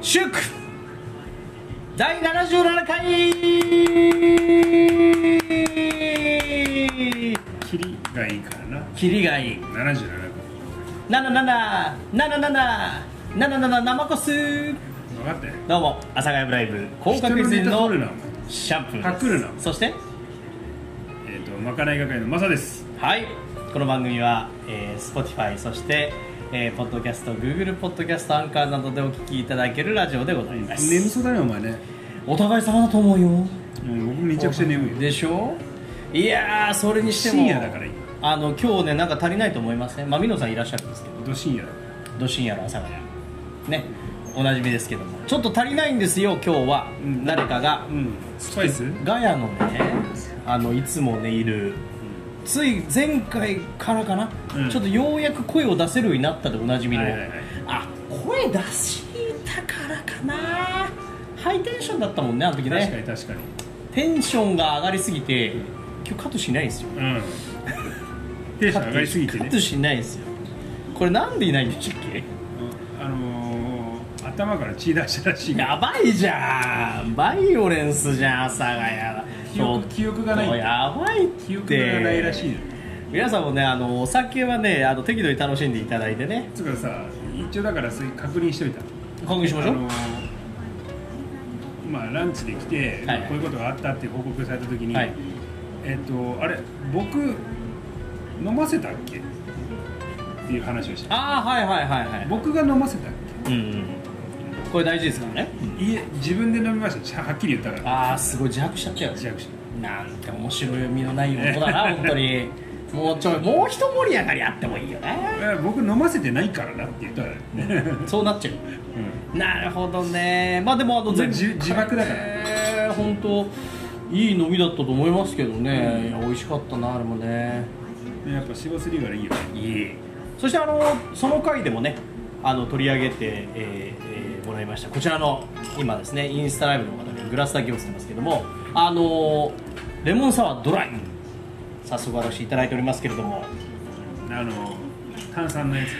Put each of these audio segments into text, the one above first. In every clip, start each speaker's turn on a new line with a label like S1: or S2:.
S1: 祝第77回
S2: キリがいいからな
S1: キリがいい
S2: 77
S1: 777777生コス
S2: 分かったよ
S1: どうも阿佐ヶ谷ブライブ高確率
S2: 人
S1: の
S2: のネタ取るな
S1: シャンプーです
S2: パクるな
S1: そして
S2: えっ、とまかない係のマサです
S1: はいこの番組は、えー、Spotify そして、えー、ポッドキャスト Google ポッドキャストアンカーなどでお聞きいただけるラジオでございま
S2: 眠
S1: す
S2: そうだねお前ね、
S1: お互い様だと思うよ
S2: うん、僕めちゃくちゃ眠いよ
S1: でしょいやーそれにしても
S2: 深夜だから今
S1: あの今日ねなんか足りないと思いますねまあ美濃さんいらっしゃるんですけど
S2: ど深夜だか
S1: ど深夜の朝がやねおなじみですけどもちょっと足りないんですよ今日は、
S2: うん
S1: 誰かが
S2: らうんスパイスうん
S1: ガヤのねあのいつもねいるつい前回からかな、
S2: うん
S1: ちょっとようやく声を出せるようになったでおなじみの、
S2: はいはいはい
S1: あ声出したからかなハイテンションだったもんねあの時
S2: 確か
S1: ね
S2: に確かに
S1: テンションが上がりすぎて今日カットしないですよ
S2: うんテンション上がりすぎて
S1: カ
S2: ね
S1: ットしないですよこれなんでいないんでしたっけ
S2: うんあのー、頭から血出したらしいから
S1: やばいじゃんバイオレンスじゃん阿佐ヶ谷
S2: 記憶記憶がない
S1: ちょっとやばいって
S2: 記憶がないらしいのよ
S1: 皆さんもねあのお酒はねあの適度に楽しんでいただいてね
S2: つうかさ一応だからそれ確認しといた
S1: 確認しましょ
S2: あ
S1: う、
S2: のまあランチで来て、
S1: はい
S2: まあこういうことがあったって報告された時に、
S1: はい
S2: えっ、とあれ僕飲ませたっけっていう話をした
S1: ああはいはいはいはい
S2: 僕が飲ませたっ
S1: うんうんこれ大事ですからね、
S2: けいえ自分で飲みましたちゃはっきり言ったから
S1: ああすごい自白しちゃったよ
S2: 自白し
S1: なんて面白みのない男だな本当にもうちょいもう一盛り上がりあってもいいよね
S2: え僕飲ませてないからなって言ったから、ね
S1: そうなっちゃうなるほどねまあでもあの
S2: まあ
S1: 全
S2: 自自爆だから
S1: えー本当いい飲みだったと思いますけどね、いや美味しかったなあれもね
S2: うん、やっぱシボスリーガルいいよね
S1: いいそしてあのその回でもねあの取り上げて、えーえーもらいましたこちらの今ですねインスタライブの方にグラスだけ映ってますけどもあのレモンサワードライ早速私いただいておりますけれども
S2: あの炭酸のやつね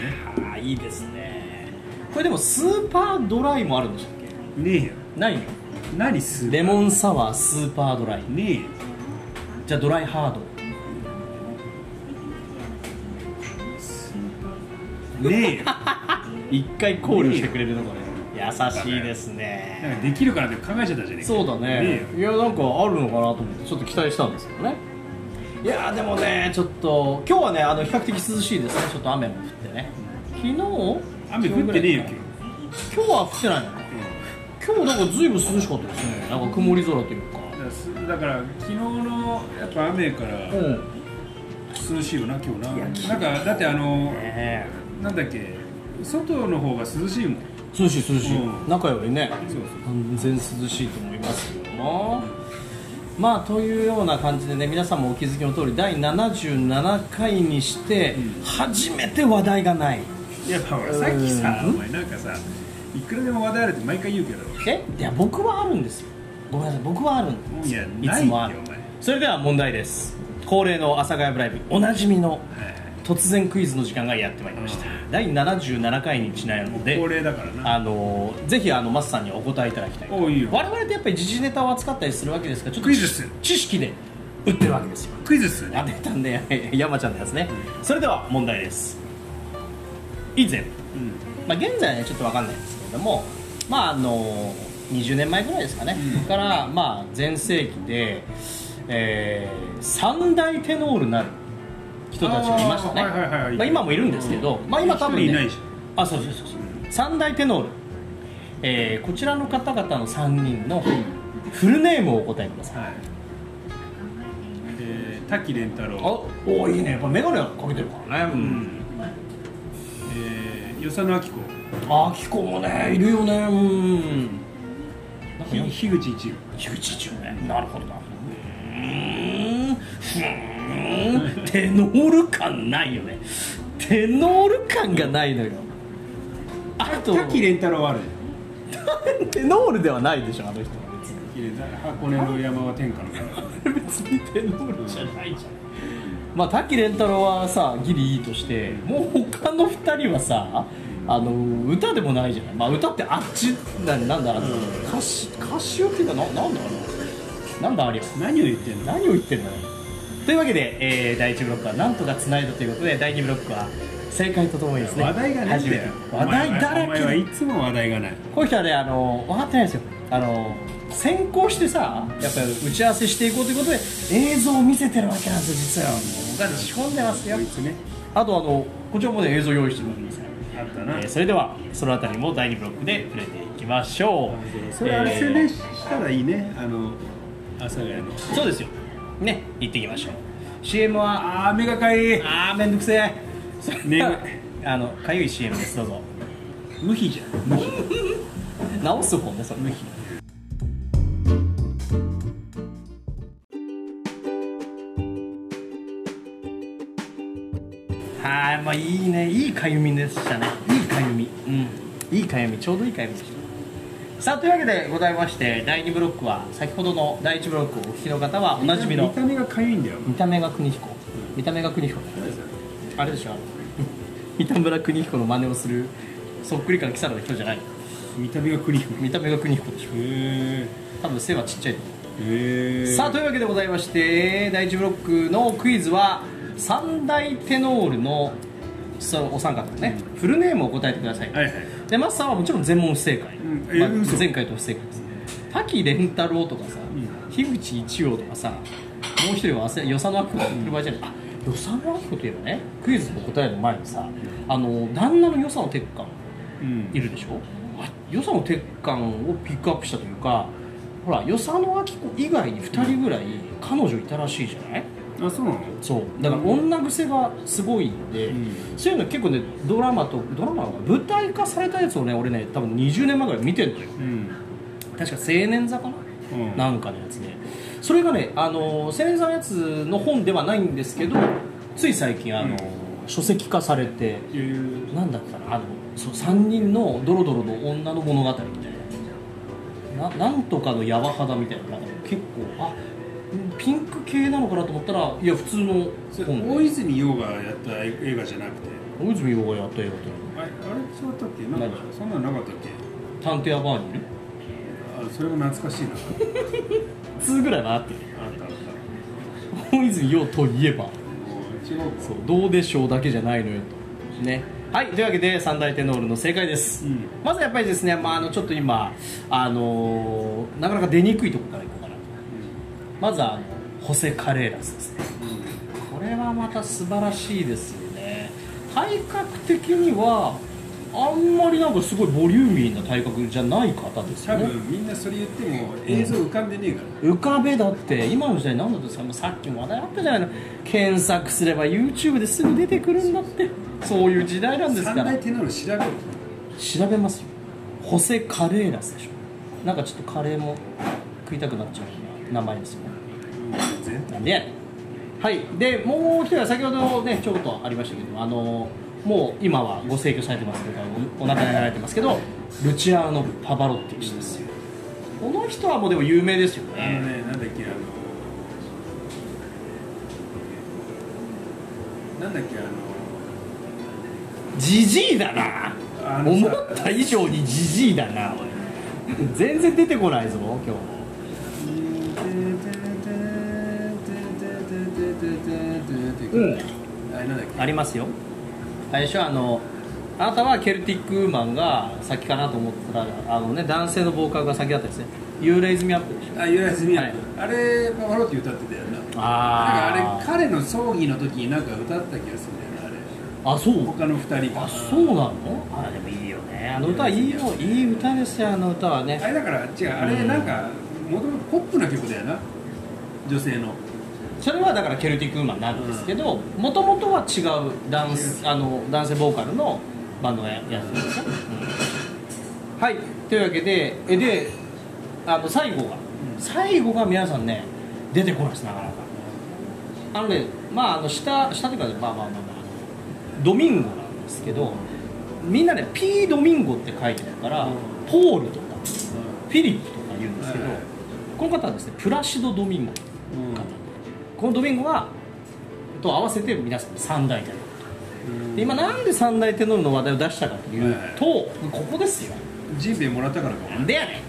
S1: ああいいですねこれでもスーパードライもあるんでしたっ
S2: ねえよ
S1: けないよ
S2: 何する
S1: レモンサワースーパードライ
S2: ねえよ
S1: じゃあドライハード
S2: ねえよ
S1: 一回考慮してくれるのこれ優しいですね
S2: なんかできるかなって考えちゃったじゃねえか
S1: そうだね
S2: ね
S1: いやなんかあるのかなと思ってちょっと期待したんですけどねいやーでもねちょっと今日はねあの比較的涼しいですねちょっと雨も降ってね昨日
S2: 雨降ってねえよ今日
S1: 今日は降ってないの今日なんかずいぶん涼しかったですねなんか曇り空というか
S2: だからすだから昨日のやっぱ雨から
S1: うん
S2: 涼しいよな今日ない
S1: や
S2: なんかだってあの
S1: ねえ
S2: なんだっけ外の方が涼しいもん
S1: 涼しい涼しい、
S2: うん
S1: 仲良いね
S2: そうそう
S1: 完全涼しいと思いますよまあというような感じでね皆さんもお気づきの通り第77回にして
S2: うん
S1: 初めて話題がない、
S2: やっぱほらさっきさ
S1: う
S2: お
S1: ん
S2: 前なんかさいくらでも話題あるって毎回言うけど
S1: えいや僕はあるんですよごめんなさい僕はあるんですよ
S2: いや
S1: つもある
S2: ないってお前
S1: それでは問題です恒例の阿佐ヶ谷ブライブおなじみの
S2: は
S1: 突然クイズの時間がやってまいりました、
S2: う
S1: 第77回にちなの
S2: い
S1: で
S2: 恒例だからな
S1: あのーぜひあのマスさんにお答えいただきたい
S2: おういいよ
S1: 我々ってやっぱり時事ネタを扱ったりするわけですからちょっと
S2: クイズっす
S1: 知識で売ってるわけですよ
S2: クイズっす
S1: 当てたんで山ちゃんのやつね、 それでは問題です以前、まあ、現在はねちょっと分かんないんですけれどもまああの20年前ぐらいですかね、からまあ全盛期で、えー三大テノールなる人たちがいましたね、
S2: あーはいはいはい
S1: まあ、今もいるんですけど、まあ今多分、ね、
S2: 一人いないじ
S1: あそうそうそうそう三大テノール、えーこちらの方々の3人のフルネームをお答えください
S2: はいえー滝蓮太
S1: あ
S2: 郎
S1: おーいいねやっぱ眼鏡かけてるからね、う
S2: うんんえー与謝野明子
S1: あきこもねいるよねうん
S2: ひ樋口一
S1: 樋口一郎ねなるほどなうーんふーんテノール感ないよねテノール感がないのよあと
S2: 郎滝蓮太郎はある
S1: テノールではないでしょあの人は別に
S2: 滝蓮太郎箱根の山は天下の川
S1: 別にテノールじゃないじゃんまあ滝蓮太郎はさギリいいとしてもう他の2人はさあの歌でもないじゃない、まあ、歌ってあっちななんだろう、歌詞歌詞を聞いたななんだろうななんだあれは
S2: 何を言ってんの
S1: 何を言ってんのよというわけで、えー第1ブロックはなんとかつないだということで第2ブロックは正解とともにですね
S2: 話題がないんだよ
S1: 初めて話題だ
S2: お前はお
S1: らけ
S2: 前はい
S1: で
S2: つも話題がない
S1: こういう人はねあの分かってないんですよあの先行してさやっぱり打ち合わせしていこうということで映像を見せてるわけなんですよ実はもう僕は仕込んでますよ
S2: こいつね
S1: あとあのこちらもね映像用意してるんですね
S2: あった
S1: え
S2: な
S1: ーそれではそのあたりも第2ブロックで触れていきましょう
S2: それあれ宣
S1: え
S2: 伝
S1: ー
S2: したらいいねあの阿佐ヶ谷の
S1: そうですよね行ってきましょう CM は
S2: あー目がかゆい
S1: あーめんどくせえ
S2: 眠 い
S1: あのかゆい CM ですどうぞ
S2: 無比じゃん無比
S1: 直す方ねそれ
S2: 無比
S1: はいまあいいねいいかゆみでしたねいいかゆみうんいいかゆみちょうどいいかゆみでしたさあというわけでございまして第2ブロックは先ほどの第1ブロックをお聞きの方はおなじみ
S2: 見
S1: の
S2: た目がかゆいんだよ
S1: 見た目が邦彦見た目が邦彦あれでしょあの三田村邦彦の真似をするそっくり感きさの人じゃない
S2: 見た目がクリーム
S1: 見た目が邦彦でしょ
S2: へ
S1: 多分背はちっちゃいと思う
S2: え
S1: さあというわけでございまして第1ブロックのクイズは三大テノールのそのお三方のね、フルネームを答えてください、
S2: はいはい
S1: でマスさんはもちろん全問不正解、
S2: んえ
S1: まあ
S2: 嘘
S1: 前回と不正解です滝蓮太郎とかさ、
S2: ん
S1: 樋口一葉とかさもう一人は与謝野明子とか言ってる場合じゃない、あ与謝野明子といえばねクイズの答えの前にさあの旦那の与謝野鉄幹
S2: うん
S1: いるでしょあ与謝野鉄幹をピックアップしたというかほら与謝野明子以外に2人ぐらい彼女いたらしいじゃない
S2: あそうなの
S1: そうだから女癖がすごいんで、
S2: ん
S1: そういうの結構ねドラマとドラマは舞台化されたやつをね俺ね多分20年前ぐらい見てんのよ
S2: うん
S1: 確か青年座かな、
S2: うん
S1: なんかのやつでそれがねあの青年座のやつの本ではないんですけどつい最近あの、
S2: うん
S1: 書籍化されて
S2: えー
S1: なんだったかなあのそう3人のドロドロの女の物語みたいなななんとかのヤバ肌みたいななんか結構あピンク系なのかなと思ったらいや普通の
S2: それ
S1: 本
S2: 大泉洋がやった映画じゃなくて
S1: 大泉洋がやった映画と
S2: あれあれ違ったっけなんか
S1: 何
S2: そんなのなかったっけ
S1: 探偵アバーニル
S2: あそれも懐かしいな
S1: 2ぐらいはあってる
S2: あったあった
S1: 大泉洋といえば
S2: もう違う
S1: そうどうでしょうだけじゃないのよとねはいというわけで三大テノールの正解です、
S2: うん
S1: まずやっぱりですね、まあ、あのちょっと今、あのーなかなか出にくいところからいこうかなとまずはあのホセ・カレーラスですねこれはまた素晴らしいですよね体格的にはあんまりなんかすごいボリューミーな体格じゃない方です
S2: 多
S1: よね
S2: 分みんなそれ言っても映像浮かんでねえから
S1: 浮かべだって今の時代何だってさもうさっきも話題あったじゃないの検索すれば YouTube ですぐ出てくるんだってそういう時代なんですか
S2: 三
S1: ら
S2: 大手なの調べる
S1: 調べますよホセカレーラスでしょなんかちょっとカレーも食いたくなっちゃう名前ですよね
S2: 全
S1: なんでやねんはいでもう一人は先ほどねちょっとありましたけどあのもう今はご逝去されてますけどおお亡くなりになられてますけどルチアーノ・パバロッティ氏ですよこの人はもうでも有名ですよ
S2: あの
S1: ね
S2: ねなんだっけあのなんだっけあの
S1: ジジイだな
S2: あの
S1: 思
S2: さ
S1: った以上にジジイだなおい全然出てこないぞ今日も
S2: あれなんだっけ
S1: ありますよ最初あのあなたはケルティックウーマンが先かなと思ったらあのね男性のボーカルが先だったんですね「You Raise Me Up」でしょ
S2: あ、ゆらずみ
S1: はい
S2: あれ、パワロって歌ってたよな。なんか
S1: あー
S2: あれ、彼の葬儀の時になんか歌った気がするんだよね、
S1: あそう
S2: あれ。他の二人が。
S1: あそうなのあでもいいよねあの歌いいよいい歌ですよあの歌はね
S2: あれだから、違う、あれなんか、もともとポップな曲だよな。女性の。
S1: それはだからケルティックウーマンなんですけどもともとは違うダンスあの男性ボーカルのバンドがややってるんですよ、うんはいというわけでえであの最後が、最後が皆さんね出てこないですなかなかあのねまああの下下というかねまあまあまあまあドミンゴなんですけどみんなね P ドミンゴって書いてあるから、
S2: うん
S1: ポールとかフィリップとか言うんですけど、
S2: はいはい
S1: この方はですねプラシド・ドミンゴ
S2: うん
S1: このドミンゴはと合わせて皆さん三大体で今なんで三大天皇の話題を出したかっていうと、ここですよ
S2: ジンベエもらったからかも
S1: なんでやね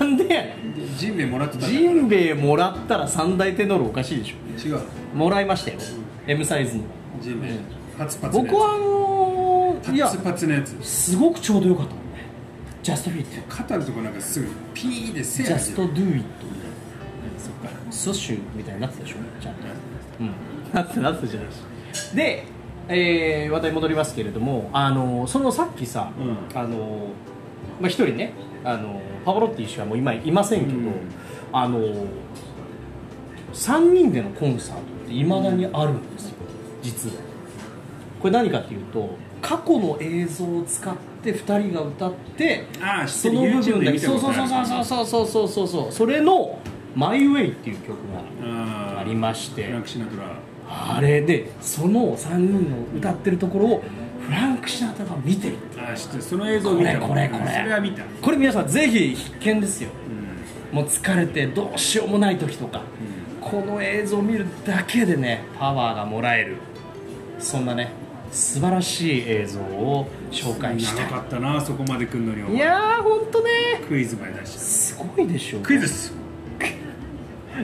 S1: んなんでやね ん
S2: ジンベエもらってたから
S1: ジンベエもらったら三大天皇のおかしいでし
S2: 違う
S1: ょもらいましたよ M サイズの
S2: ジンベエパツパツのやつ
S1: 僕はあのーいや
S2: パツパツのやつ
S1: すごくちょうどよかったもんねジャストフィット
S2: 肩のとこなんかすぐピーでせ
S1: ジ
S2: や
S1: ャストドゥイット
S2: そっか
S1: ソッシュみたいになってたでしょちゃんとうんなってなってたじゃないですで、えー話題戻りますけれどもあのそのさっきさ、
S2: うん
S1: あのまあ一人ねあのパワロッティ氏はもう今いませんけど、
S2: うん
S1: あの3人でのコンサートっていまだにあるんですよ実はこれ何かっていうと過去の映像を使って2人が歌って
S2: ああ知
S1: そ
S2: って
S1: の
S2: る
S1: 部分
S2: YouTube で
S1: だけ
S2: 見た
S1: そう
S2: こと
S1: そう
S2: ある
S1: そうそうそうそうそうそうそうそれの「マイ・ウェイ」っていう曲
S2: あ
S1: が
S2: ー
S1: ありまして
S2: フランクシナトラ
S1: あれでその3人の歌ってるところをフランク・シナトラが見てる
S2: あー知ってるその映像見た
S1: これこれこれ
S2: それは見た
S1: これ皆さんぜひ必見ですよ
S2: うん
S1: もう疲れてどうしようもない時とかこの映像を見るだけでねパワーがもらえるそんなね素晴らしい映像を紹介した
S2: 長
S1: い
S2: かったなそこまで来んのにお前
S1: いやーほんとね
S2: クイズまで出して
S1: すごいでしょ
S2: クイズっす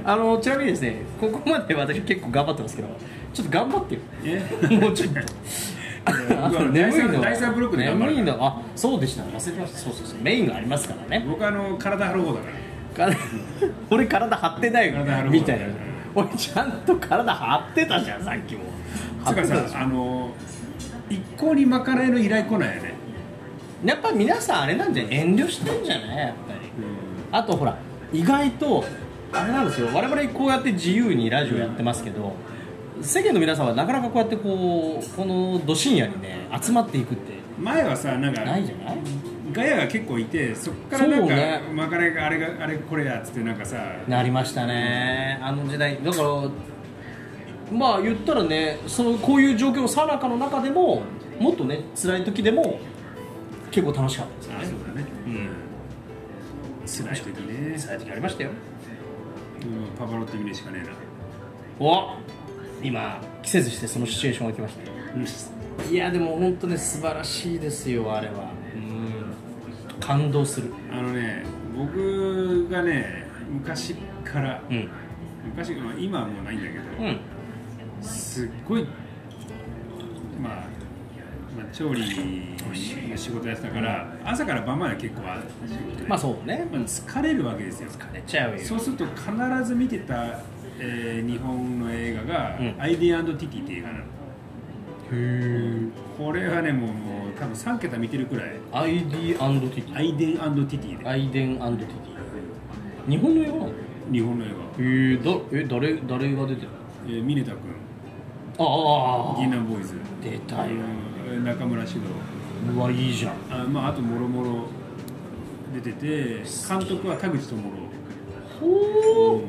S1: あのちなみにですねここまで私結構頑張ってますけどちょっと頑張ってよ
S2: え
S1: もうちょっとあの
S2: 第
S1: 眠い
S2: 三
S1: のは
S2: 第三ブロックで頑張
S1: 眠い
S2: る
S1: のあそうでした忘れてましたそうそうそうメインがありますからね
S2: 僕はあの体張る方だから
S1: から俺体張ってないよ
S2: 体張る
S1: みたいな
S2: うん
S1: 俺ちゃんと体張ってたじゃんさっきも張って
S2: つう
S1: た
S2: か
S1: でし
S2: さあの一向にまかないの依頼来ないよね
S1: ょやっぱ皆さんあれなんじゃない遠慮してんじゃないやっぱりあとほら意外とあれなんですよ我々こうやって自由にラジオやってますけど世間の皆さんはなかなかこうやってこうこのど深夜にね集まっていくって
S2: 前はさなんか
S1: ないじゃない
S2: ガヤが結構いてそっからなん
S1: そう
S2: か、
S1: ね
S2: まかないがあれがあれこれやっつってなんかさ
S1: なりましたねあの時代だからまあ言ったらねそのこういう状況のさなかの中でももっとね辛い時でも結構楽しかったですよ
S2: あ
S1: ね
S2: そうだね
S1: うん
S2: 辛い時ね、
S1: 辛い時ありましたよ
S2: うん、パパロット見るしかね
S1: お今季節してそのシチュエーションが来ましたね
S2: えな、う
S1: いやでも本当ね素晴らしいですよあれはうん感動する
S2: ん、あのね僕がね昔から
S1: うん
S2: 昔、まあ、今はもうないんだけど、
S1: うん
S2: すっごいまあ、まあ、調理の仕事やってたから、朝から晩まで結構ある仕事で
S1: まあそうね
S2: まあ疲れるわけですよ
S1: 枯れちゃうよ
S2: そうすると必ず見てた、えー日本の映画が「
S1: うん
S2: ID&TT」っていう映画なの
S1: へ
S2: これはねもうもう多分3桁見てるくらい「
S1: ID&TT
S2: アイデン &TT で」
S1: アイデン &TT 日本の映画なの
S2: 日本の映画、
S1: えー、だえ誰誰が出てる
S2: えー、ミネタ君
S1: ああ
S2: 銀杏ボーイズ、
S1: 出たよ
S2: うん中村獅童
S1: うわいいじゃん
S2: あ,、まあ、あともろもろ出てて監督は田口智朗
S1: ほ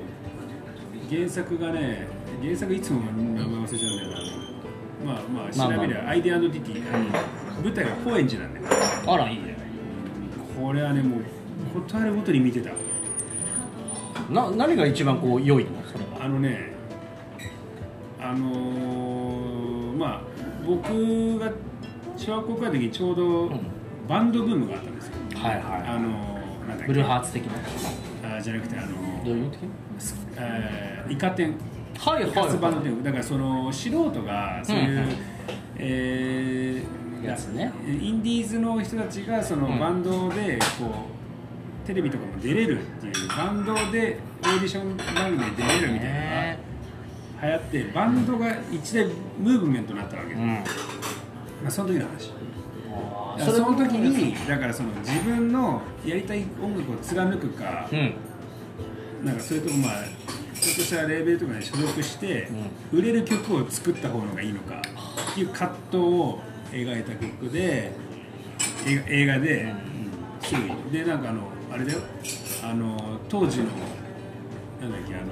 S2: 原作がね原作いつも名前忘れちゃうんだよなまあまあ調べり
S1: まあ
S2: ゃ ID&TT、あの舞台が高円寺なんだよ
S1: あらいいね
S2: これはねもうことあるごとに見てた
S1: な何が一番こう良いのそれは
S2: あのねあのーまあ僕が小学校くらいの時にちょうど
S1: ん
S2: バンドブームがあったんですよ、
S1: はいは
S2: あのーなんだっ
S1: い
S2: け
S1: ブルーハーツ的な
S2: あじゃなくてあの
S1: ど
S2: ー
S1: ういう的
S2: すえーイカ天
S1: はいはい
S2: 活版の
S1: は
S2: テーマだからその素人がそういう、
S1: うん
S2: えー
S1: やつね
S2: インディーズの人たちがその
S1: うん
S2: バンドでこうテレビとかも出れるっていうバンドでオーディション番組で出れ
S1: い
S2: るみたいなのが流行ってバンドが一大ムーブメントになったわけ、
S1: う
S2: ま
S1: ん
S2: あ、その時の話
S1: あー
S2: その時
S1: うん
S2: にだからその自分のやりたい音楽を貫くか、
S1: うん
S2: なんかそれともまあちょっとしたレーベルとかに所属して、売れる曲を作った方がいいのかっていう葛藤を描いた曲で映画映画で、すごいでなんかあのあれだよあの当時のなんだっけあの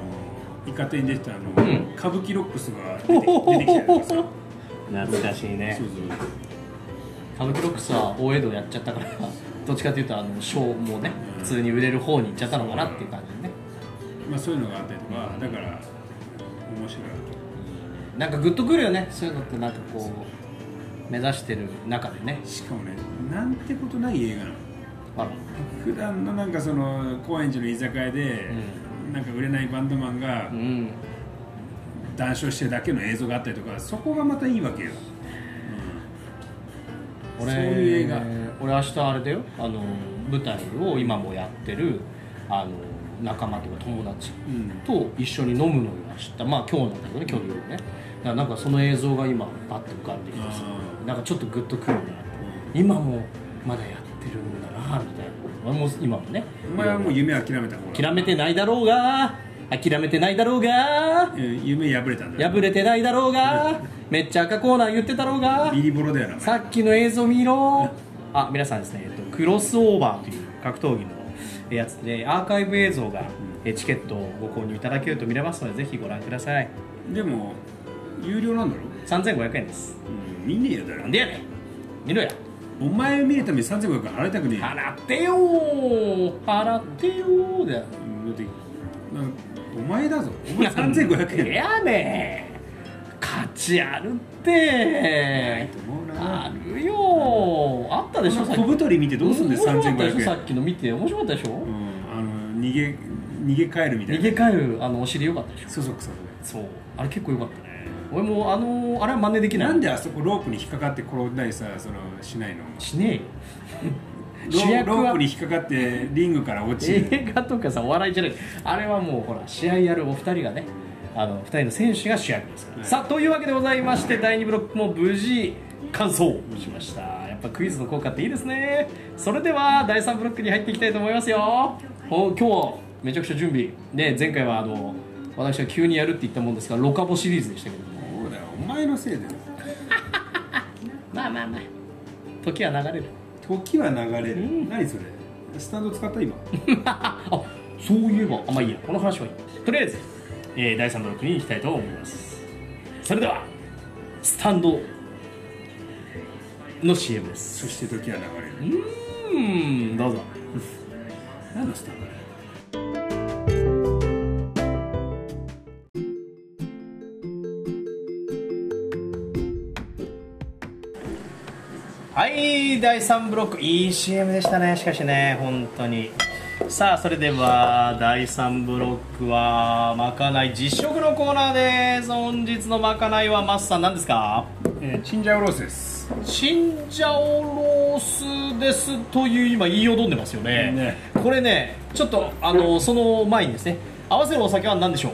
S2: イカ天に出てたあの、
S1: ん
S2: 歌舞伎ロックスが出て出てきたりとかさそう
S1: 懐かしい ね
S2: そう
S1: 歌舞伎ロックスは大江戸やっちゃったからどっちかというとあのショーもね
S2: うん
S1: 普通に売れる方に行っちゃったのかなっていう感じね
S2: まあそういうのがあったりとかだから面白い
S1: なんかグッとくるよねそういうのってなんかこう目指してる中でね
S2: しかもねなんてことない映画なの
S1: あら
S2: 普段のなんかその高円寺の居酒屋で、なんか売れないバンドマンが
S1: うん
S2: 談笑してるだけの映像があったりとかそこがまたいいわけよ、うん、
S1: 俺
S2: そういう映画
S1: 俺明日あれだよあの舞台を今もやってるあの仲間とか友達
S2: うん
S1: と一緒に飲むのを明日まあ今日なんだけどね今日の夜ねだからなんかその映像が今パッと浮かんできてさ
S2: あ
S1: なんかちょっとグッとくるんだよ今もまだやってるんだなみたいな俺も今もね
S2: お前はもう夢諦めた方だ
S1: 諦めてないだろうが諦めてないだろうが
S2: うん夢破れたんだよ
S1: 破れてないだろうがめっちゃ赤コーナー言ってたろうが
S2: ビリボロだよなお前
S1: さっきの映像見ろあ皆さんですね、えっと、クロスオーバーという格闘技のえやつでアーカイブ映像がえチケットをご購入いただけると見れますのでぜひご覧ください
S2: でも有料なんだろ、
S1: 3500円です
S2: うん、見ねえよ誰
S1: な
S2: も
S1: んでやねん見ろや
S2: お前を見るために3500円払いたくねえよ
S1: 払ってよー払ってよーだよ
S2: うんだってなんかお前だぞお前3500 円
S1: やねん価値あるって
S2: と思う
S1: あ
S2: な
S1: るよーあったでしょさっき
S2: 小太り見てどうすんだよ
S1: 面白かったでしょ
S2: 3500
S1: さ
S2: 円
S1: っきの見て面白かったでしょ、
S2: うんあの逃げ逃げ帰るみたい
S1: 逃
S2: な
S1: げ帰るあのお尻良かったでしょ
S2: そそくさ
S1: そうあれ結構良かったね俺もあのあれは真似でき
S2: そ
S1: ない
S2: なんであそこロープに引っかかって転んだりさそのしないの
S1: しねえよ
S2: ロ
S1: 主
S2: ー
S1: 役
S2: ロー
S1: は
S2: プに引っかかってリングから落ちる
S1: 映画とかさお笑いじゃないあれはもうほら試合やるお二人がねあの二人の選手が主役ですから、
S2: はい
S1: さあというわけでございまして第2ブロックも無事完走しましたやっぱクイズの効果っていいですねそれでは第3ブロックに入っていきたいと思いますよお今日はめちゃくちゃ準備で前回はあの私は急にやるって言ったもんですからロカボシリーズでしたけども
S2: そうだよお前のせいだよ
S1: まあまあまあ時は流れる
S2: 時は流れる、
S1: うん
S2: 何それスタンド使った今
S1: あそういえばあまあいいやこの話はいいとりあえず、えー第3ブロックに行きたいと思いますそれではスタンドの CM です
S2: そして時は流れる
S1: うーんどうぞ
S2: 何のスタンドだよ
S1: はい第3ブロックいい CM でしたねしかしね本当にさあそれでは第3ブロックはまかない実食のコーナーです本日のまかないはマスさん何ですか
S2: えー、チンジャオロースです
S1: チンジャオロースですという今言いよどんでますよね
S2: ね
S1: これねちょっとあのその前にですね合わせるお酒は何でしょう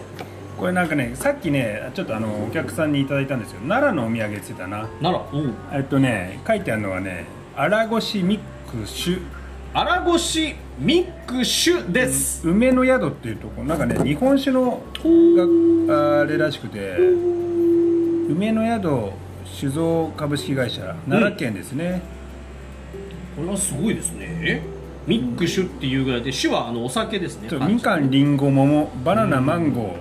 S2: これなんかねさっきねちょっとあのお客さんにいただいたんですよ奈良のお土産って言ってたな
S1: 奈良
S2: えっとね書いてあるのはね「荒越ミックシュ
S1: 荒越ミックシュです、
S2: 梅の宿」っていうとこなんかね日本酒のがあれらしくて梅の宿酒造株式会社奈良県ですね、
S1: これはすごいですねミックシュっていうぐらいで種はあのお酒ですね
S2: ちょっとみかんりんご桃バナナマンゴ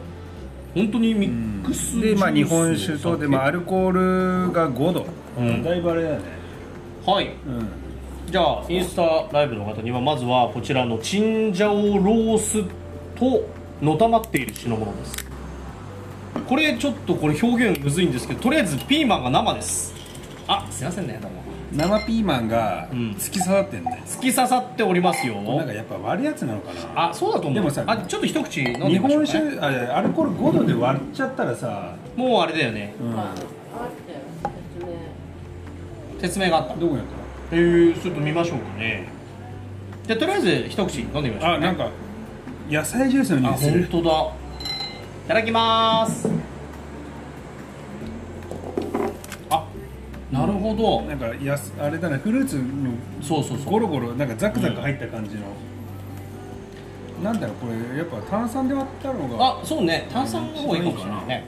S1: 本当にミ
S2: ー、
S1: ックス
S2: で、まあ、
S1: ジ
S2: 日
S1: ュース
S2: 本酒とで、まあ、アルコールが5度、
S1: うん
S2: だいぶあれだよね
S1: はいじゃあインスタライブの方にはまずはこちらのチンジャオロースとのたまっている品物ですこれちょっとこれ表現むずいんですけどとりあえずピーマンが生ですあすいませんねどうも
S2: 生ピーマンが
S1: ん
S2: 突き刺さってんだよ、
S1: 突き刺さっておりますよ
S2: なんかやっぱ割るやつなのかな
S1: あそうだと思う
S2: でもさ
S1: あちょっと一口飲んで
S2: 日
S1: みましょうかね、
S2: 本酒あれアルコール5度で割っちゃったらさ、
S1: もうあれだよね
S2: うん、
S3: あったよ説明
S1: 説明があった
S2: どこやっ
S1: えー、ちょっと見ましょうかねじゃあとりあえず一口飲んでみましょう
S2: たあなんか野菜ジュースの
S1: あ
S2: 匂いす
S1: 本
S2: る
S1: 当だいただきますあなるほど、
S2: なんかやすあれだねフルーツの
S1: そうそうそ
S2: ゴ
S1: う
S2: ロゴロなんかザクザク入った感じの、なんだろうこれやっぱ炭酸で割ったの
S1: あ
S2: が
S1: そうね炭酸の方がいいかもしれないね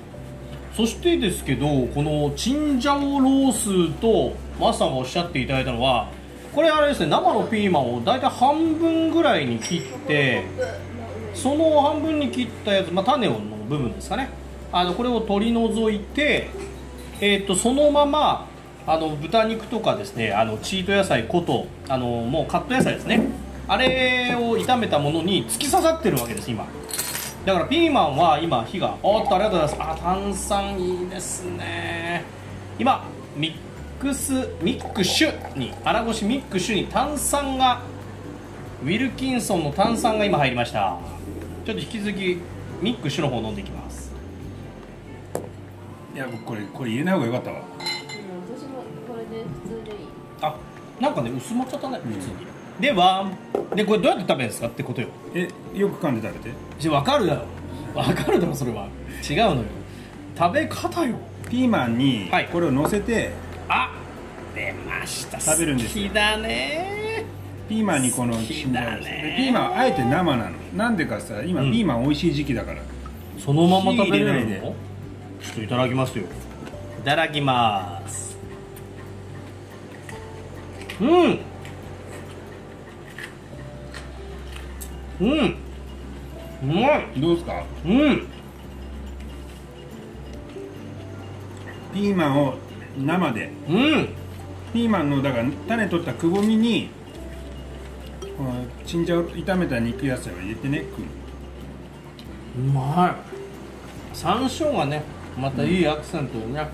S1: そしてですけどこのチンジャオロースとマスさんがおっしゃっていただいたのはこれあれですね生のピーマンを大体半分ぐらいに切ってその半分に切ったやつ、まあ、種の部分ですかねあのこれを取り除いて、えー、とそのままあの豚肉とかですねあのチート野菜ことあのもうカット野菜ですねあれを炒めたものに突き刺さってるわけです今だからピーマンは今火がおっとありがとうございますあ炭酸いいですね今ミックスミックシュに荒越ミックシュに炭酸がウィルキンソンの炭酸が今入りましたちょっと引き続きミックシュの方飲んでいきます
S2: いや僕これこれ言えない方がよかったわ
S3: 私もこれで普通でいい
S1: あなんかね薄まっちゃったね普通に、ではでこれどうやって食べるんですかってことよ
S2: えよく噛んで食べて
S1: じゃ分かるだろ分かるだろそれは違うのよ食べ方よ
S2: ピーマンに
S1: はい
S2: これを乗せて、
S1: あ出ました
S2: 食べるんですよ
S1: 好きだね
S2: ピーマンにこの
S1: 好きだね
S2: でピーマンはあえて生なのなんでかさ今
S1: うん
S2: ピーマン美味しい時期だから、
S1: そのまま食べれ
S2: 火入
S1: る
S2: れない
S1: のちょっといただきますよいただきますうんうんうまい
S2: どうですか
S1: うん
S2: ピーマンを生で
S1: うん
S2: ピーマンのだから種取ったくぼみにこのチンジャオ炒めた肉野菜を入れてね食う
S1: うまい山椒がねまたいいアクセントよね、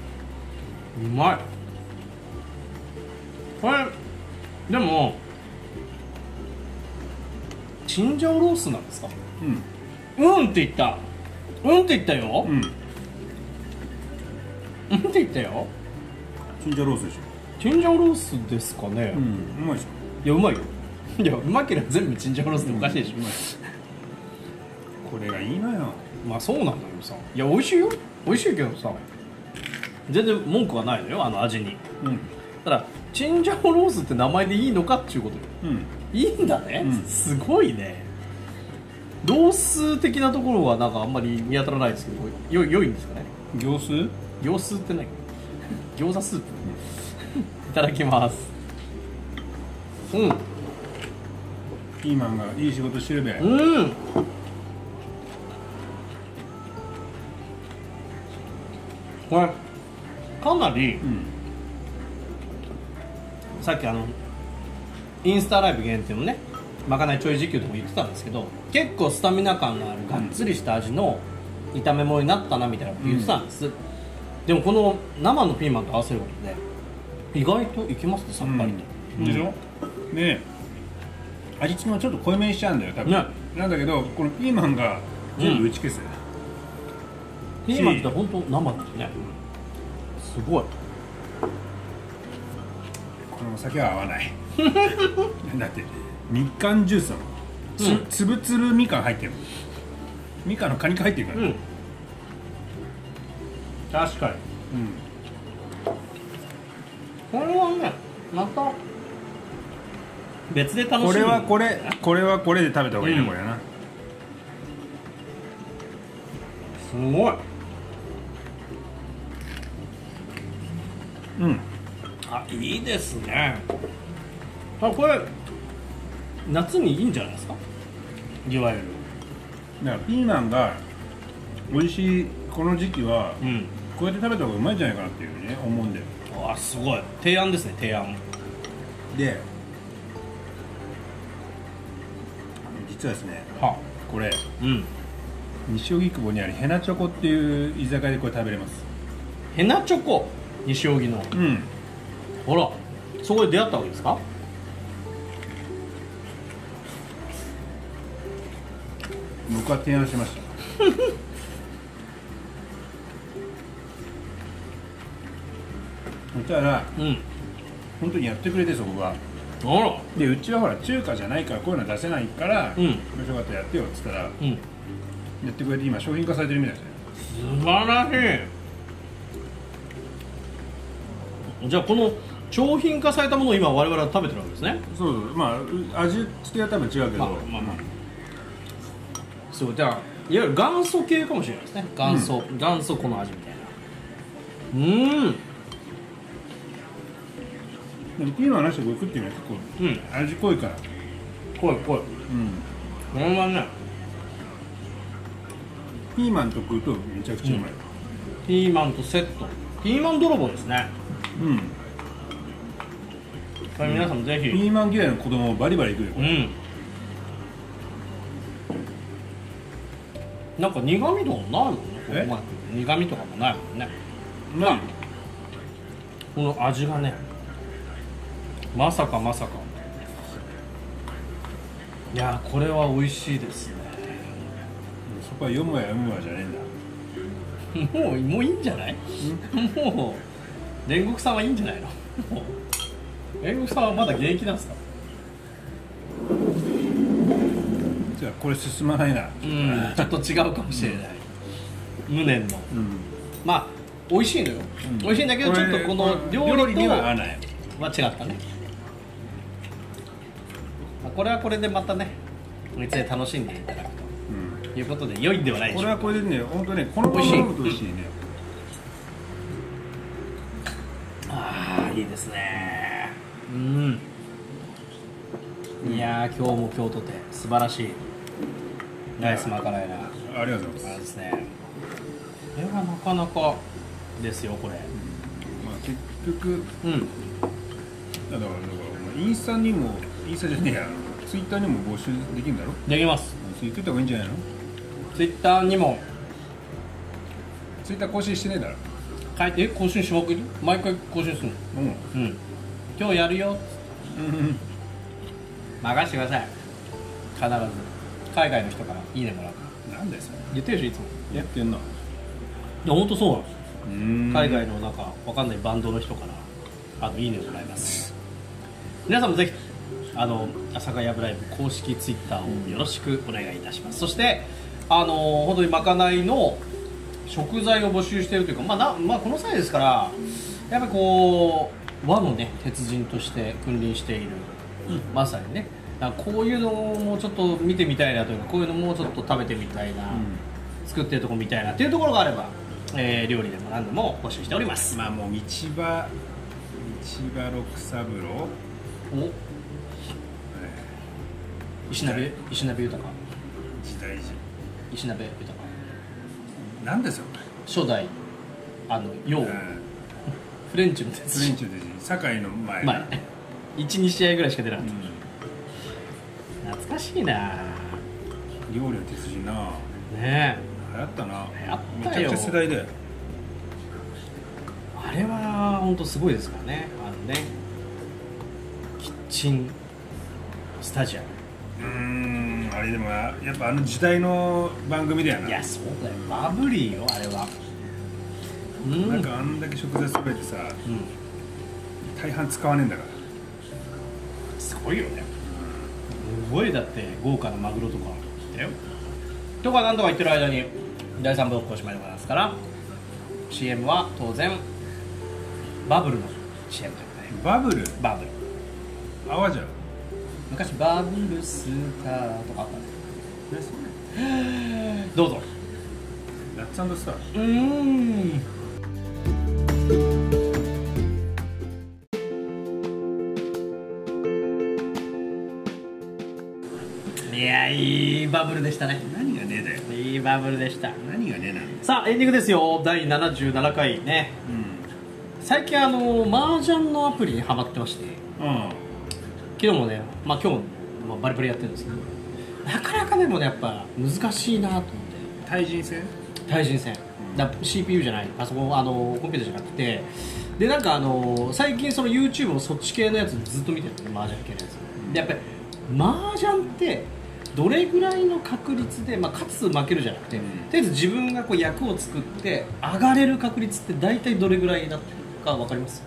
S1: うまいこれでもチンジャオロースなんですかうんって言ったうんって言ったよ
S2: うん、うん、
S1: うんって言ったよ
S2: チンジャオロースでし
S1: チンジャオロースですかね
S2: ょ、う、ん、うまいでし
S1: いやうまいよいやうまければ全部チンジャオロースっておかしいでしょ、
S2: ょこれがいいのよ
S1: まあそうなんだけどさいや美味しいよ美味しいけどさ全然文句はないのよあの味に
S2: うん
S1: ただチンジャオロースって名前でいいのかっていうことよ
S2: うん
S1: いいんだね、
S2: うん
S1: すごいねロース的なところはなんかあんまり見当たらないですけどよ良いんですかね
S2: 行数
S1: 餃子って何餃子スープいただきますうん
S2: ピーマンがいい仕事してるべ、
S1: うんこれかなり、
S2: うん
S1: さっきあのインスタライブ限定のねまかないちょい時給でも言ってたんですけど結構スタミナ感があるがっつりした味の炒め物になったなみたいなこと言ってたんです、でもこの生のピーマンと合わせることで意外といけますねさっぱりと、
S2: うんでしょ、で味付けもちょっと濃いめにしちゃうんだよ多分、
S1: ね
S2: なんだけどこのピーマンが全部打ち消す、
S1: ピーマンって本当生ですね、すごい
S2: このお酒は合わない だってみかんジュースだもんつ,、
S1: うん
S2: つぶつぶみかん入ってるみかんの果肉入ってるから、
S1: うん確かに
S2: うん
S1: これはねまた別で楽しむ
S2: これはこれこれはこれで食べた方がいいね、
S1: うん
S2: これはな
S1: すごい
S2: うん
S1: あいいですねあこれ夏にいいんじゃないですかいわゆる
S2: だからピーマンが美味しいこの時期は
S1: うん
S2: こうやって食べた方がうまいんじゃないかなっていうね思うんだよ
S1: あすごい提案ですね提案
S2: で実はですね
S1: は
S2: これ
S1: うん
S2: 西荻窪にあるヘナチョコっていう居酒屋でこれ食べれます
S1: ヘナチョコ西荻の
S2: うん
S1: ほらそこで出会ったわけですか
S2: 僕は提案しま したそしたら
S1: うん
S2: 本当にやってくれてそこが
S1: あら
S2: でうちはほら中華じゃないからこういうのは出せないから、
S1: うん
S2: もしよかったらやってよっつったら
S1: う
S2: や
S1: ん
S2: ってくれて今商品化されてるみたいですね
S1: 素晴らしいじゃあこの商品化されたものを今我々は食べてるわけですね
S2: そうそうまあう味付けは多分違うけど、
S1: まあまあまあそうじゃあいわゆる元祖系かもしれないですね元祖、元祖この味みたいなう
S2: でもピーマンなしでこれ食ってみると結
S1: ーんうん
S2: 構味濃いから
S1: 濃い濃い
S2: う
S1: こ
S2: ん
S1: れはね
S2: ピーマンと食うとめちゃくちゃうまい
S1: ピーマンとセットピーマン泥棒ですね
S2: うん、
S1: これ皆さんもぜ
S2: ピ
S1: ひ
S2: ーマン嫌いの子供バリバリいくよこ
S1: う
S2: れ
S1: んなんか苦味とかもないもんねこの
S2: え
S1: マイク苦味とかもないもんね
S2: ない
S1: この味がねまさかまさかいやーこれは美味しいですね
S2: そこは4枚は4枚じゃねえんだ
S1: もうもういいんじゃないもう煉獄さんはいいんじゃないのもう煉獄さんはまだ現役なんですか
S2: じゃあこれ進まないな
S1: うんちょっと違うかもしれない、無念の
S2: うん
S1: まあ美味しいのよ、美味しいんだけどちょっとこの料理と
S2: には合
S1: は
S2: わな
S1: 違
S2: い
S1: ったね、まあ、これはこれでまたね別で楽しんでいただく
S2: うん
S1: ということで良いんではないで
S2: こ
S1: し
S2: れ
S1: ょう
S2: は
S1: か
S2: これでね本当ねこのまま飲むと美味しいね
S1: ああいいですねうんいやー今日も今日とて素晴らしいナイスまかないな
S2: ありがとうござい
S1: あ
S2: ます
S1: ですねこれはなかなかですよこれ
S2: まあ結局
S1: うん
S2: だからだからお前インスタにもインスタじゃねえやツイッターにも募集できるんだろ
S1: できます
S2: ツイッターとかいいんじゃないの
S1: ツイッターにも
S2: ツイッター更新してねえだろ
S1: 書いてえ更新しまくり毎回更新するの
S2: うん
S1: うん今日やるよ
S2: うん
S1: 任してください必ず海外の人からいいねもらうから
S2: なんだよそれ
S1: 言ってるでしょいつも
S2: やってんない
S1: や本当そうなんですよ海外
S2: 海
S1: のなんかわかんないバンドの人からあのいいねをもらいます皆さんもぜひあの朝霞やブライブ公式ツイッターをよろしくお願いいたしますそしてあの本当にまかないの食材を募集しているというか、まあなまあ、この際ですからやっぱりこう和のね鉄人として君臨している、まさにねだからこういうのもちょっと見てみたいなというかこういうのもちょっと食べてみたいな、作ってるとこみたいなっていうところがあれば、えー料理でも何でも募集しております
S2: まあもう道場道場六三郎
S1: お石鍋石鍋豊か
S2: 時代人
S1: 石鍋豊か
S2: なんですよ
S1: 初代あの
S2: こ
S1: 洋
S2: れ
S1: フレンチの鉄
S2: フレン
S1: 人
S2: チの人堺の前
S1: 前12試合ぐらいしか出なかっ
S2: う
S1: た懐かしいな
S2: うん料理の鉄人な
S1: ねえ
S2: 流行ったな
S1: 流行った
S2: めち
S1: よ
S2: ゃくちゃ世代だよ
S1: あれは本当すごいですからねあのねキッチンスタジアム
S2: うーんあれでもややっぱあの時代の番組だよない
S1: やそうだよバブリーよあれはう
S2: なん
S1: ん
S2: かあんだけ食材べてさ
S1: うん
S2: 大半使わねえんだから
S1: すごいよねすごいだって豪華なマグロとか来たよとかなんとか言ってる間に第3ブロックおしまいでございますから CM は当然バブルの CM だよね
S2: バブル
S1: バブル
S2: 泡じゃん
S1: 昔バブルスターとかあったねどうぞ
S2: ラッツスター
S1: うーんいやいいバブルでしたね
S2: 何がねえだよ
S1: いいバブルでした
S2: 何がねえな
S1: さあエンディングですよ第77回ね
S2: う
S1: 最近あの麻雀のアプリにハマってまして
S2: んうん
S1: 昨日もねまあ今日も、まあ、バリバリやってるんですけどなかなかでもねやっぱ難しいなと思って
S2: 対人戦
S1: 対人戦だ CPU じゃないパソコンあのコンピューターじゃなくてでなんかあの最近その YouTube もそっち系のやつずっと見てるのね麻雀系のやつでやっぱり麻雀ってどれぐらいの確率で、まあ、勝つ負けるじゃなくて、
S2: うん
S1: とりあえず自分がこう役を作って上がれる確率って大体どれぐらいになってるか分かります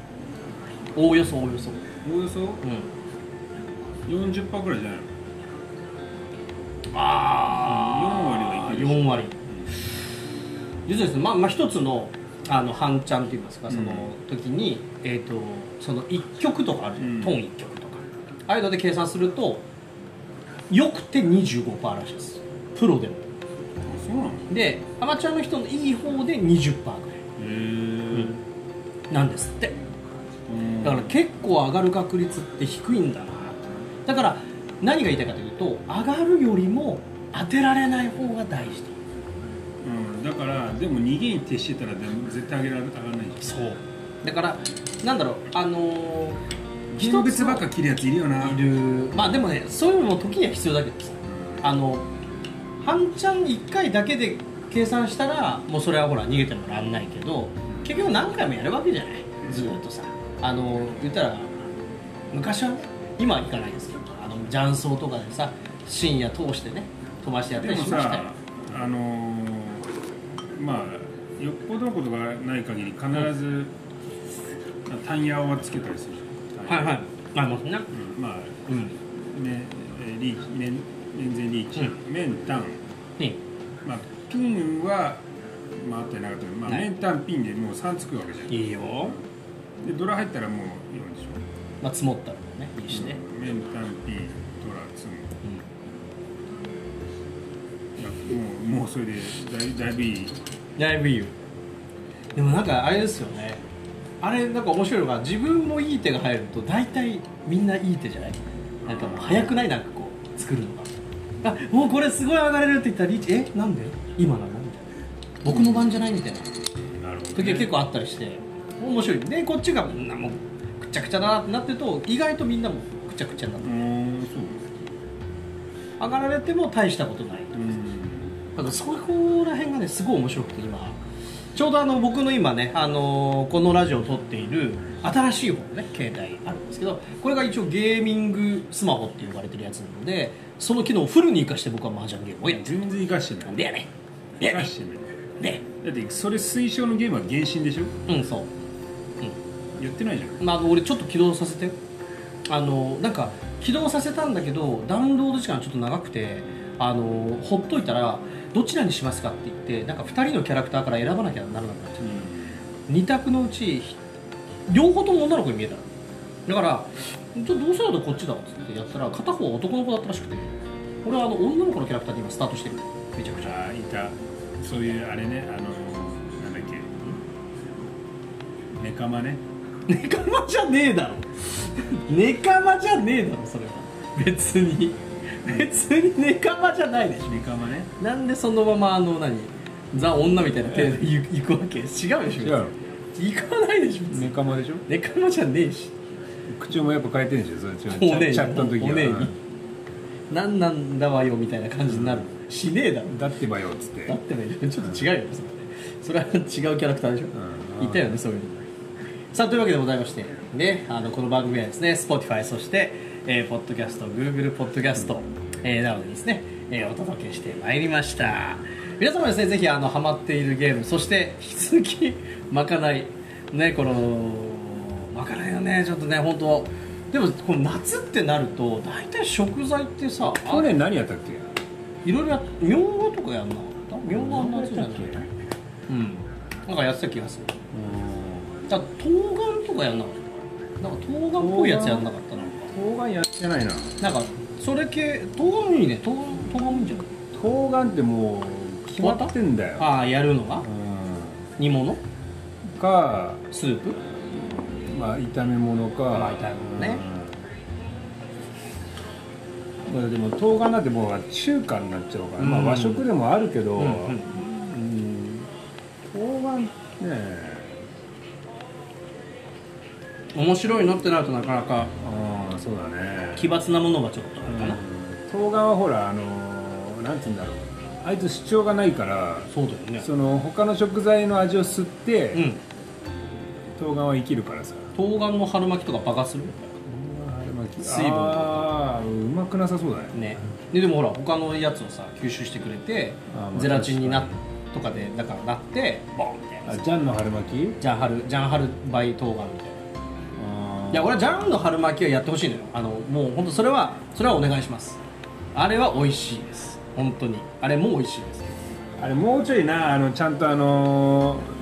S1: おおよそおおよそ、う
S2: おおよそ
S1: ん、
S2: 40パーぐらいじゃないの
S1: あ
S2: あー
S1: 4割はいく実はですね、まあまあ、一つのあの半チャンっていいますかその時に、えー、とその1曲とかあるじゃない、
S2: うん
S1: トーン1曲とかああいうので計算するとよくて25%らしいですプロでも
S2: あそうなのへ
S1: でアマチュアの人のいい方で20%ぐら
S2: え
S1: いなんですって
S2: うん
S1: だから結構上がる確率って低いんだなだから何が言いたいかというと上がるよりも当てられない方が大事と
S2: うんだからでも逃げに徹してたらでも絶対上げられ上がらないじ
S1: そうだからなんだろうあのー、
S2: ゃん
S1: 一つ
S2: 人別ばっか切るやついるよない
S1: るまあでもねそういうのも時には必要だけどさあの半チャン1回だけで計算したらもうそれはほら逃げてもらんないけど結局何回もやるわけじゃないずっとさあの言ったら昔はね今は行かないですけどあの雀荘とかでさ深夜通してね飛ばしてやった
S2: で
S1: り
S2: も
S1: しましたよ
S2: さあのーまあよっぽどのことがない限り必ず単ヤはつけたりするじゃん
S1: はいはいありますね
S2: うん、まあ
S1: うん
S2: ねえーリーチ面面前リーチ、
S1: う
S2: 面単
S1: ね
S2: まあピンはまああってなかったけど、まあ、
S1: ない
S2: 面単ピンでもう3つくわけじゃんで
S1: いいよ
S2: ドラ入ったらもう4でしょ
S1: まあ積もったらもねいいしね、
S2: 面単ピンドラツンいやもうもうそれでだいだいぶいい
S1: だいぶいいよでもなんかあれですよねあれなんか面白いのが自分もいい手が入ると大体みんないい手じゃないなんかもう早くないなんかこう作るのがあもうこれすごい上がれるって言ったらリーチえなんで今なのみたいな僕の番じゃないみたいな
S2: なるほどね、
S1: 時が結構あったりして面白いでこっちがなもうくちゃくちゃだなってなってると意外とみんなもくちゃくちゃになっ
S2: う
S1: て
S2: ーんそう
S1: 上がられても大したことない
S2: うん
S1: なんかそこら辺がねすごい面白くて今ちょうどあの僕の今ね、あのーこのラジオを撮っている新しい方のね携帯あるんですけどこれが一応ゲーミングスマホって呼ばれてるやつなのでその機能をフルに活かして僕は麻雀ゲームをやってる
S2: 全然生かして
S1: な
S2: なんい
S1: でやねん
S2: 生
S1: やねん
S2: かしてない
S1: ね
S2: だってそれ推奨のゲームは原神でしょ
S1: うんそう
S2: やってないじゃん
S1: まあ、あの俺ちょっと起動させてあのなんか起動させたんだけどダウンロード時間がちょっと長くてあのほっといたらどちらにしますかって言ってなんか2人のキャラクターから選ばなきゃならなくなっちゃう2択のうち両方とも女の子に見えたのだからじゃあどうせならこっちだっつってやったら片方は男の子だったらしくて俺はあの女の子のキャラクターで今スタートしてるめちゃくちゃ
S2: ああいたそういうあれねあのなんだっけネカマね
S1: ネカマじゃねえだろ ネカマじゃねえだろそれは別に別にネカマじゃないでし
S2: ネカマね
S1: ょなんでそのままあの何ザ女みたいな手で行く行くわけ違うでしょ別に
S4: 違う
S1: 行かないでしょ別に
S4: ネカマでしょ
S1: ネカマじゃねえし
S4: 口調もやっぱ変えてるんでしょそれチ
S1: おねえ
S4: ャチャットの時
S1: おねえに
S4: は
S1: 何なんだわよみたいな感じになるしねえだろ
S4: うんだってばよっつって
S1: だってねちょっと違うよねそれは違うキャラクターでしょ、
S4: うん
S1: いたよねそういうのさあというわけでございまして、ね、あのこの番組はですね Spotify そして、えー、ポッドキャスト Google ポッドキャスト、えーなどでですね、えーお届けしてまいりました皆様ですねぜひあのハマっているゲームそして引き続きまかないねこのまかないのねちょっとね本当でもこの夏ってなると大体食材ってさあ
S4: 去年何やったっけ
S1: いろいろやっみょうがとかやんなかったみょうがは夏じゃないうんなんかやってた気がするだから冬瓜とかやんなかったなんか冬瓜っぽいやつやんなかったなんか
S4: 冬瓜やってないな
S1: なんかそれ系冬瓜いいね冬冬瓜もいいんじゃない
S4: 冬瓜ってもう決まってんだよ
S1: ああやるのが
S4: う
S1: 煮物
S4: んか
S1: スープ
S4: まあ炒め物か
S1: まあ炒め物ね
S4: うんまあでも冬瓜なんてもう中華になっちゃうから、まあ
S1: うん
S4: 和食でもあるけど、
S1: う
S4: うんん
S1: うん
S4: 冬瓜ってね
S1: 面白いのってなるとなかなか
S4: ああそうだね
S1: 奇抜なものがちょっとあ
S4: う
S1: るかな、
S4: ん冬瓜はほらあのーなんつうんだろうあいつ主張がないから
S1: そうだよね
S4: その他の食材の味を吸って、
S1: うん
S4: 冬瓜は生きるからさ
S1: 冬瓜の春巻きとかバカする水
S4: 水
S1: 分
S4: 分
S1: と
S4: ああうまくなさそうだね
S1: ねででもほら他のやつをさ吸収してくれて
S4: あーまあ
S1: ゼラチンになっ
S4: 確か
S1: とかでだからなってボンみたいな
S4: あジャンの春巻き
S1: ジャンハルジャンハルバイトーガンみたいな
S4: あー
S1: いや俺はジャンの春巻きはやってほしいのよあのもう本当それはそれはお願いしますあれは美味しいです本当にあれも美味しいです
S4: あれもうちょいなあのちゃんとあのー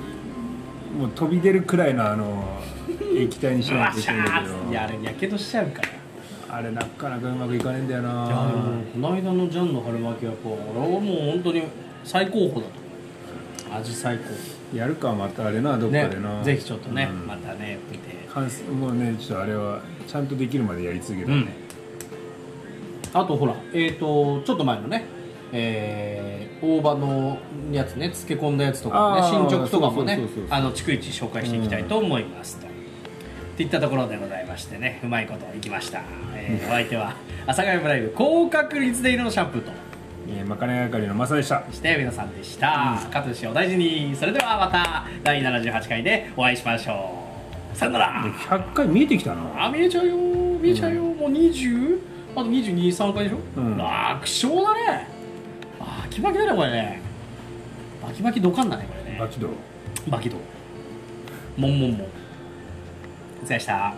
S4: もう飛び出るくらいのあのー液体にしないといけないんだけ
S1: いやあ
S4: ど
S1: れやけどしちゃうから
S4: あれなかなかうまくいかねえんだよ
S1: いやでも
S4: な
S1: この間のジャンの春巻きはこう俺はもう本当に最高峰だと味最高
S4: やるかまたあれなどっか
S1: ね
S4: でな、
S1: ぜひちょっとね、
S4: うん
S1: またね見て
S4: 完成もうねちょっとあれはちゃんとできるまでやり続けた
S1: うん
S4: ね、
S1: あとほらえっ、とちょっと前のねえー大葉のやつね漬け込んだやつとかね
S4: あー
S1: 進捗とかもね
S4: そうそうそうそう
S1: あの逐一紹介していきたいと思いますと、っていったところでございましてねうまいこといきました、えーお相手は阿佐ヶ谷ブライブ高確率で色のシャンプーと
S2: えー、まかない係のマサでした
S1: そして上野さんでした、かつしお大事にそれではまた第78回でお会いしましょうさよなら、
S2: 100回見えてきたな
S1: あ見えちゃうよ見えちゃうよ、もう20あと223回でしょ、
S2: うん
S1: 楽勝だねバキバキだねこれねバキバキドカンだねこれね
S2: バキド
S1: バキドモンモンモンお疲れ様でした